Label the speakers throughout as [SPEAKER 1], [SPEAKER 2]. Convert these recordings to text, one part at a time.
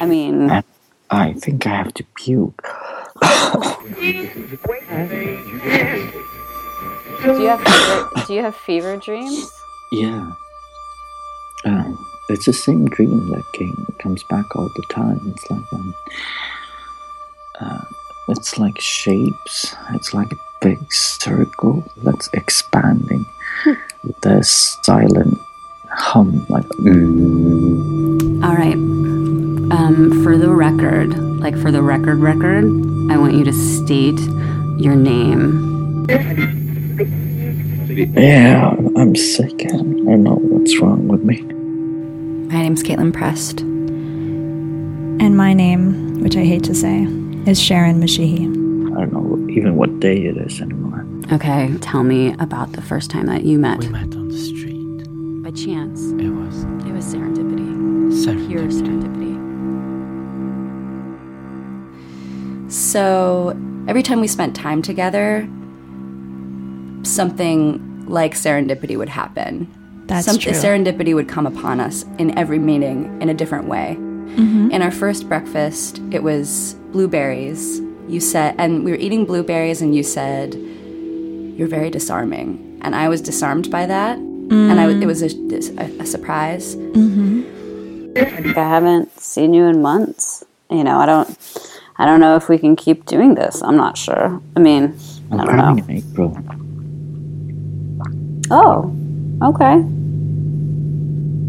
[SPEAKER 1] I mean,
[SPEAKER 2] I think I have to puke.
[SPEAKER 1] do you have fever, do you have fever dreams?
[SPEAKER 2] Yeah. Um, it's the same dream that came, comes back all the time. It's like um, uh, it's like shapes. It's like a big circle that's expanding. with a silent hum, like mm.
[SPEAKER 3] All right. Um, for the record, like for the record, record, I want you to state your name.
[SPEAKER 2] yeah, I'm sick. I don't know what's wrong with me.
[SPEAKER 4] My name's Caitlin Prest.
[SPEAKER 5] And my name, which I hate to say, is Sharon Mashihi.
[SPEAKER 2] I don't know even what day it is anymore.
[SPEAKER 3] Okay, tell me about the first time that you met.
[SPEAKER 6] We met on the street.
[SPEAKER 3] By chance.
[SPEAKER 6] It was
[SPEAKER 3] It was serendipity. Pure
[SPEAKER 6] serendipity.
[SPEAKER 3] serendipity.
[SPEAKER 4] So every time we spent time together, something like serendipity would happen.
[SPEAKER 5] That's
[SPEAKER 4] Some-
[SPEAKER 5] true.
[SPEAKER 4] Serendipity would come upon us in every meeting in a different way.
[SPEAKER 5] Mm-hmm.
[SPEAKER 4] In our first breakfast, it was blueberries. You said, and we were eating blueberries, and you said, "You're very disarming," and I was disarmed by that, and I, w- it was a, a, a surprise.
[SPEAKER 5] Mm-hmm.
[SPEAKER 1] Like, I haven't seen you in months. You know, I don't, I don't know if we can keep doing this. I'm not sure. I mean, I
[SPEAKER 2] I'm
[SPEAKER 1] don't know.
[SPEAKER 2] coming in April.
[SPEAKER 1] Oh, okay.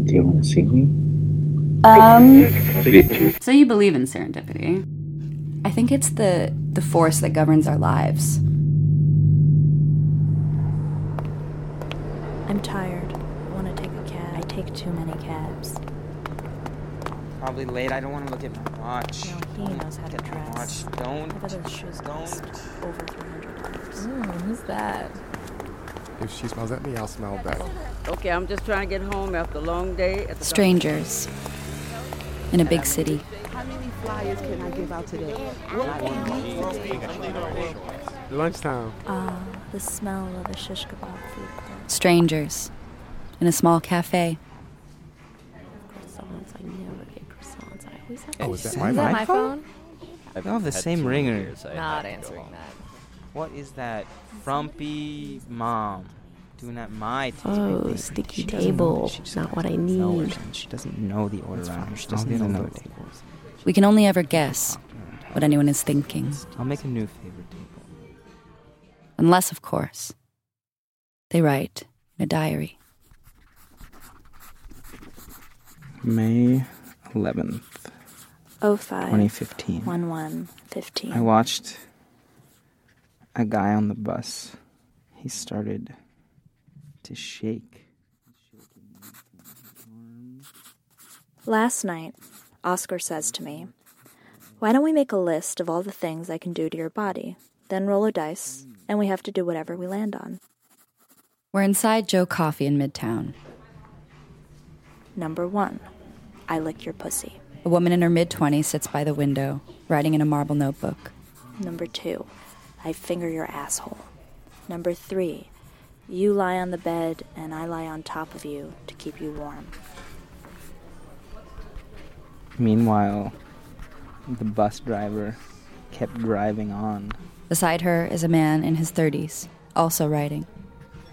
[SPEAKER 2] Do you want to see me?
[SPEAKER 1] Um,
[SPEAKER 3] So you believe in serendipity.
[SPEAKER 4] I think it's the the force that governs our lives.
[SPEAKER 7] I'm tired. I want to take a cab. I take too many cabs.
[SPEAKER 8] Probably late. I don't want to look at my watch.
[SPEAKER 7] No, he
[SPEAKER 8] Don't
[SPEAKER 7] knows how
[SPEAKER 8] look
[SPEAKER 7] to
[SPEAKER 8] at my
[SPEAKER 7] dress.
[SPEAKER 8] watch. Don't.
[SPEAKER 7] I bet those shoes cost over three hundred dollars.
[SPEAKER 9] Who's that?
[SPEAKER 10] If she smells at me, I'll smell back.
[SPEAKER 11] Okay, I'm just trying to get home after a long day at the
[SPEAKER 4] Strangers in a big city.
[SPEAKER 10] Lunchtime.
[SPEAKER 7] Ah, the smell of a shish kebab food court.
[SPEAKER 4] Strangers in a small cafe.
[SPEAKER 7] Croissants. I never get croissants. I always have.
[SPEAKER 10] Oh, is that my mic?
[SPEAKER 9] phone?
[SPEAKER 8] They all have the same ringer.
[SPEAKER 9] Not answering that.
[SPEAKER 8] What is that? Frumpy mom. Doing that my TV
[SPEAKER 7] Oh,
[SPEAKER 8] thing.
[SPEAKER 7] sticky
[SPEAKER 8] She doesn't know-
[SPEAKER 7] table.
[SPEAKER 8] she just
[SPEAKER 7] Not what I
[SPEAKER 8] doesn't know what's
[SPEAKER 7] need.
[SPEAKER 8] on. She doesn't know the order around here. She doesn't know the tables.
[SPEAKER 4] We can only ever guess what anyone is thinking,
[SPEAKER 8] I'll make a new favorite table.
[SPEAKER 4] unless, of course, they write in a diary.
[SPEAKER 8] May 11th,
[SPEAKER 7] Oh five.
[SPEAKER 8] 2015.
[SPEAKER 7] One one. Fifteen.
[SPEAKER 8] I watched a guy on the bus. He started to shake.
[SPEAKER 7] Last night, Oscar says to me, Why don't we make a list of all the things I can do to your body, then roll a dice, and we have to do whatever we land on.
[SPEAKER 4] We're inside Joe Coffee in Midtown.
[SPEAKER 7] Number one, I lick your pussy.
[SPEAKER 4] A woman in her mid 20s sits by the window, writing in a marble notebook.
[SPEAKER 7] Number two, I finger your asshole. Number three, you lie on the bed and I lie on top of you to keep you warm.
[SPEAKER 8] Meanwhile, the bus driver kept driving on.
[SPEAKER 4] Beside her is a man in his 30s, also writing.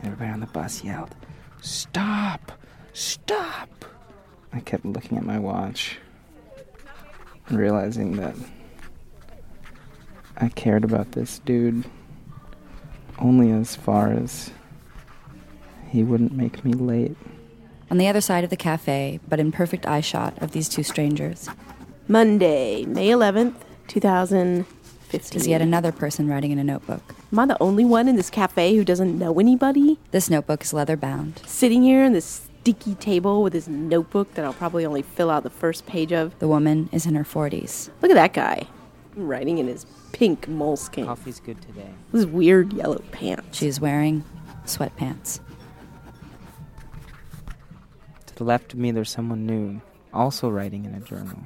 [SPEAKER 8] Everybody on the bus yelled, Stop! Stop! I kept looking at my watch, realizing that I cared about this dude only as far as he wouldn't make me late.
[SPEAKER 4] On the other side of the cafe, but in perfect eye shot of these two strangers,
[SPEAKER 11] Monday, May 11th, 2015.
[SPEAKER 4] is yet another person writing in a notebook.
[SPEAKER 11] Am I the only one in this cafe who doesn't know anybody?
[SPEAKER 4] This notebook is leather bound.
[SPEAKER 11] Sitting here in this sticky table with this notebook that I'll probably only fill out the first page of.
[SPEAKER 4] The woman is in her 40s.
[SPEAKER 11] Look at that guy. Writing in his pink moleskin.
[SPEAKER 8] Coffee's good today.
[SPEAKER 11] This weird yellow pants.
[SPEAKER 4] She is wearing sweatpants.
[SPEAKER 8] To the left of me, there's someone new, also writing in a journal.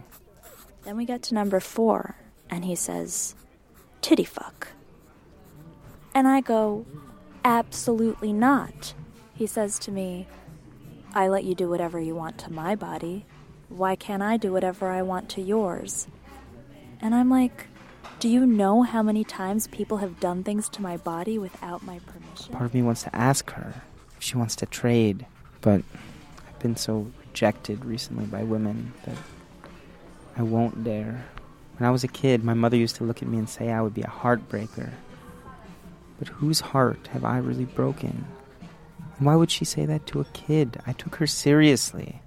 [SPEAKER 7] Then we get to number four, and he says, Titty fuck. And I go, Absolutely not. He says to me, I let you do whatever you want to my body, Why can't I do whatever I want to yours? And I'm like, do you know how many times people have done things to my body without my permission?
[SPEAKER 8] Part of me wants to ask her if she wants to trade, but I've been so rejected recently by women that I won't dare. When I was a kid, my mother used to look at me and say I would be a heartbreaker. But whose heart have I really broken? And why would she say that to a kid? I took her seriously.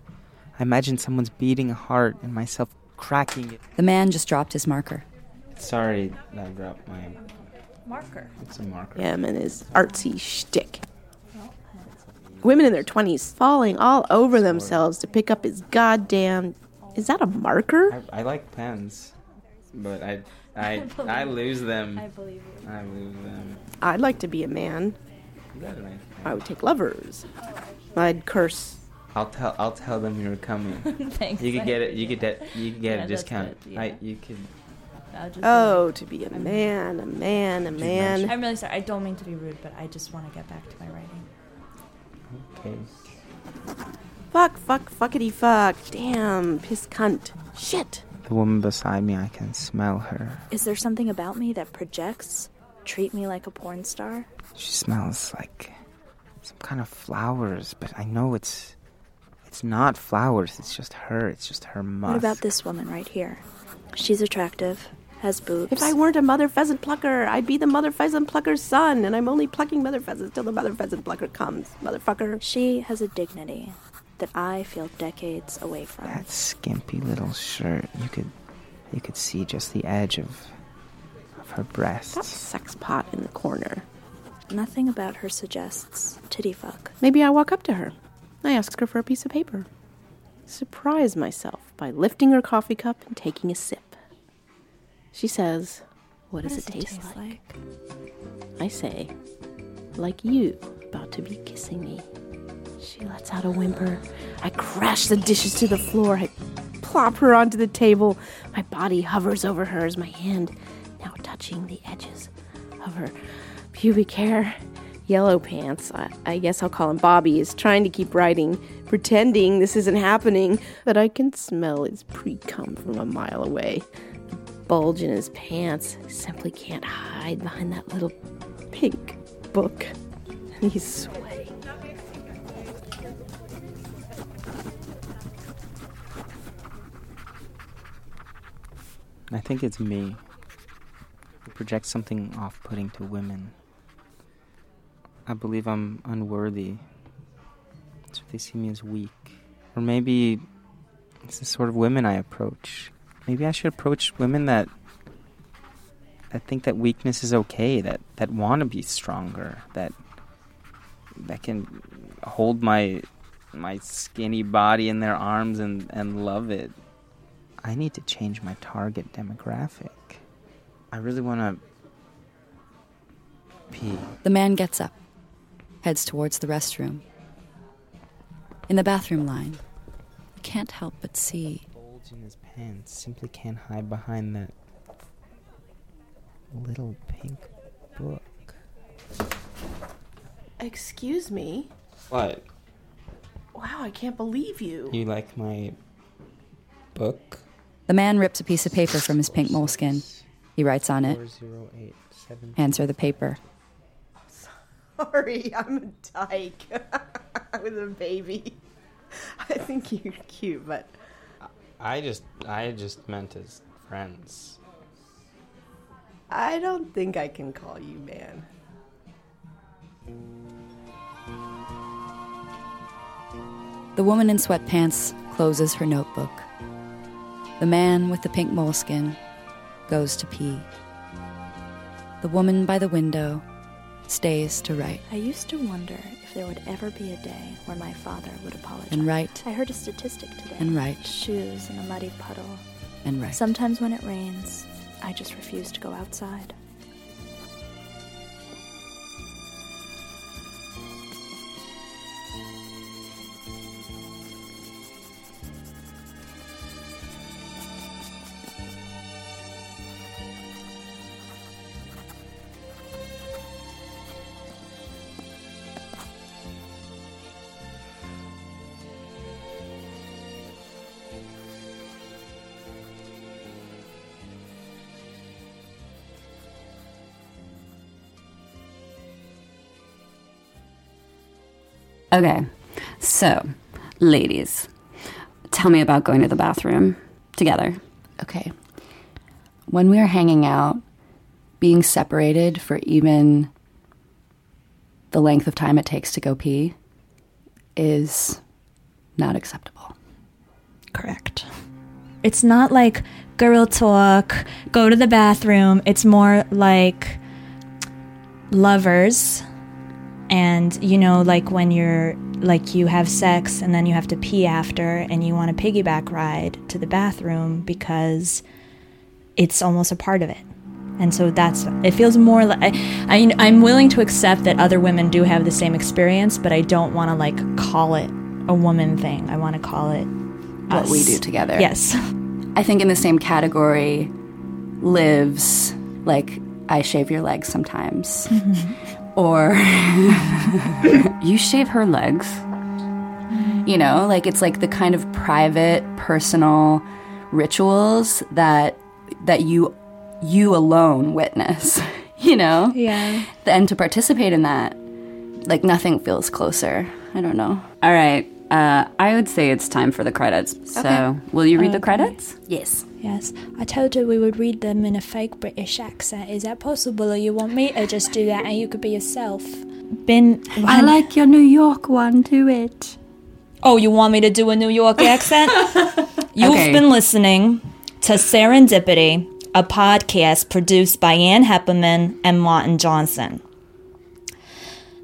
[SPEAKER 8] I imagined someone's beating a heart and myself cracking it.
[SPEAKER 4] The man just dropped his marker.
[SPEAKER 8] Sorry, I dropped my.
[SPEAKER 5] Marker.
[SPEAKER 8] It's a marker.
[SPEAKER 11] Yeah, and his artsy shtick. Women in their 20s falling all over themselves to pick up his goddamn. Is that a marker?
[SPEAKER 8] I, I like pens, but I I I, lose them. I believe it. I lose them.
[SPEAKER 11] I'd like to be a man. I would take lovers. I'd curse.
[SPEAKER 8] I'll tell I'll tell them you're coming.
[SPEAKER 9] Thanks.
[SPEAKER 8] You could get it. You could get you could get
[SPEAKER 9] Yeah,
[SPEAKER 8] a
[SPEAKER 9] that's
[SPEAKER 8] discount.
[SPEAKER 9] good, yeah.
[SPEAKER 8] I you could.
[SPEAKER 9] I'll just be
[SPEAKER 11] Oh,
[SPEAKER 9] like-
[SPEAKER 11] to be a man, a man, a man.
[SPEAKER 9] I'm really sorry. I don't mean to be rude, but I just want to get back to my writing.
[SPEAKER 8] Okay.
[SPEAKER 11] Fuck, fuck, fuckity fuck. Damn, piss cunt. Shit.
[SPEAKER 8] The woman beside me, I can smell her.
[SPEAKER 7] Is there something about me that projects? Treat me like a porn star?
[SPEAKER 8] She smells like some kind of flowers, but I know it's it's not flowers. It's just her. It's just her musk.
[SPEAKER 7] What about this woman right here? She's attractive, has boobs.
[SPEAKER 11] If I weren't a mother pheasant plucker, I'd be the mother pheasant plucker's son, and I'm only plucking mother pheasants till the mother pheasant plucker comes, motherfucker.
[SPEAKER 7] She has a dignity that I feel decades away from.
[SPEAKER 8] that skimpy little shirt? You could you could see just the edge of of her
[SPEAKER 11] That
[SPEAKER 8] breasts.
[SPEAKER 11] sex pot in the corner.
[SPEAKER 7] Nothing about her suggests titty fuck.
[SPEAKER 11] Maybe I walk up to her. I ask her for a piece of paper. Surprise myself by lifting her coffee cup and taking a sip. She says, What, does, it taste, like? I say, Like you, about to be kissing me. She lets out a whimper. I crash the dishes to the floor. I plop her onto the table. My body hovers over her as my hand, now touching the edges of her pubic hair. Yellow Pants, I, I guess I'll call him Bobby, is trying to keep writing, pretending this isn't happening, but I can smell his pre cum from a mile away. The bulge in his pants simply can't hide behind that little pink book. And he's sweating.
[SPEAKER 8] I think it's me. I project something off putting to women. I believe I'm unworthy. So they see me as weak. Or maybe it's the sort of women I approach. Maybe I should approach women that that think that weakness is okay, that, that want to be stronger, that that can hold my my skinny body in their arms and, and love it. I need to change my target demographic. I really want to pee.
[SPEAKER 4] The man gets up, heads towards the restroom. In the bathroom line, you can't help but see
[SPEAKER 8] Bulge in his pants simply can't hide behind that little pink book.
[SPEAKER 11] Excuse me.
[SPEAKER 8] What?
[SPEAKER 11] Wow, I can't believe you.
[SPEAKER 8] You like my book?
[SPEAKER 4] the man rips a piece of paper from his pink moleskin. He writes on it,
[SPEAKER 8] 4087.
[SPEAKER 4] hands her the paper.
[SPEAKER 11] Sorry, I'm a dyke with a baby. I think you're cute, but
[SPEAKER 8] I just I just meant as friends.
[SPEAKER 11] I don't think I can call you man.
[SPEAKER 4] The woman in sweatpants closes her notebook. The man with the pink moleskin goes to pee. The woman by the window stays to write
[SPEAKER 7] I used to wonder if there would ever be a day where my father would apologize.
[SPEAKER 4] and write
[SPEAKER 7] I heard a statistic today.
[SPEAKER 4] And right.
[SPEAKER 7] Shoes in a muddy puddle.
[SPEAKER 4] and write.
[SPEAKER 7] Sometimes when it rains, I just refuse to go outside.
[SPEAKER 3] Okay, so, ladies, tell me about going to the bathroom together.
[SPEAKER 4] Okay. When we were hanging out, being separated for even the length of time it takes to go pee is not acceptable.
[SPEAKER 11] Correct. It's not like girl talk, go to the bathroom. It's more like lovers. And you know, like when you're like you have sex and then you have to pee after and you want a piggyback ride to the bathroom because it's almost a part of it. And so that's it feels more like I, I I'm willing to accept that other women do have the same experience, but I don't want to like call it a woman thing. I want to call it
[SPEAKER 4] What we
[SPEAKER 11] us.
[SPEAKER 4] do together.
[SPEAKER 11] Yes.
[SPEAKER 4] I think in the same category lives like I shave your legs sometimes. Or
[SPEAKER 3] You shave her legs.
[SPEAKER 4] You know, like it's like the kind of private, personal rituals that that you you alone witness, you know?
[SPEAKER 7] Yeah.
[SPEAKER 4] And to participate in that, like nothing feels closer. I don't know.
[SPEAKER 3] All right, uh, I would say it's time for the credits. So, will you read the
[SPEAKER 11] Okay.
[SPEAKER 3] credits?
[SPEAKER 4] Yes.
[SPEAKER 11] Yes. I told her we would read them in a fake British accent. Is that possible, or you want me to just do that and you could be yourself? Been.
[SPEAKER 7] I like
[SPEAKER 4] your New York one. Do it.
[SPEAKER 11] Oh, you want me to do a New York accent? You've
[SPEAKER 3] Okay.
[SPEAKER 11] been listening to Serendipity, a podcast produced by Ann Hepperman and Martin Johnson.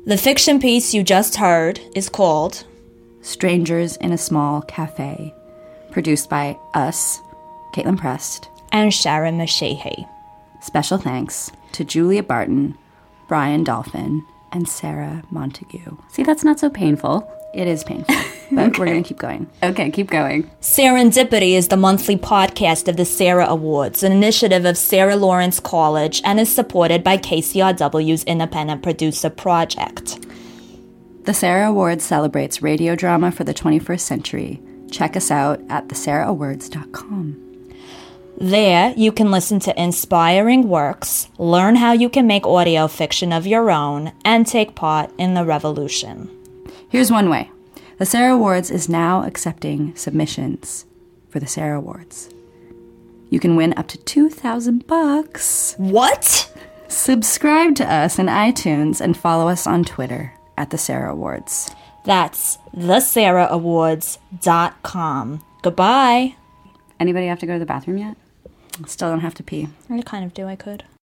[SPEAKER 11] The fiction piece you just heard is called
[SPEAKER 4] Strangers in a Small Cafe, produced by us, Caitlin Prest,
[SPEAKER 11] and Sharon Mashihi.
[SPEAKER 4] Special thanks to Julia Barton, Brian Dolphin, and Sarah Montague.
[SPEAKER 3] See, that's not so painful.
[SPEAKER 4] It is painful, but we're going to keep going.
[SPEAKER 3] Okay, keep going.
[SPEAKER 11] Serendipity is the monthly podcast of the Sarah Awards, an initiative of Sarah Lawrence College, and is supported by KCRW's Independent Producer Project.
[SPEAKER 4] The Sarah Awards celebrates radio drama for the 21st century. Check us out at thesarahawards.com.
[SPEAKER 11] There, you can listen to inspiring works, learn how you can make audio fiction of your own, and take part in the revolution.
[SPEAKER 4] Here's one way The Sarah Awards is now accepting submissions for the Sarah Awards. You can win up to 2000 bucks.
[SPEAKER 11] What?
[SPEAKER 4] Subscribe to us in iTunes and follow us on Twitter at the Sarah Awards.
[SPEAKER 11] That's thesarahawards.com. Goodbye.
[SPEAKER 3] Anybody have to go to the bathroom yet?
[SPEAKER 4] Still don't have to pee.
[SPEAKER 11] I kind of do, I could.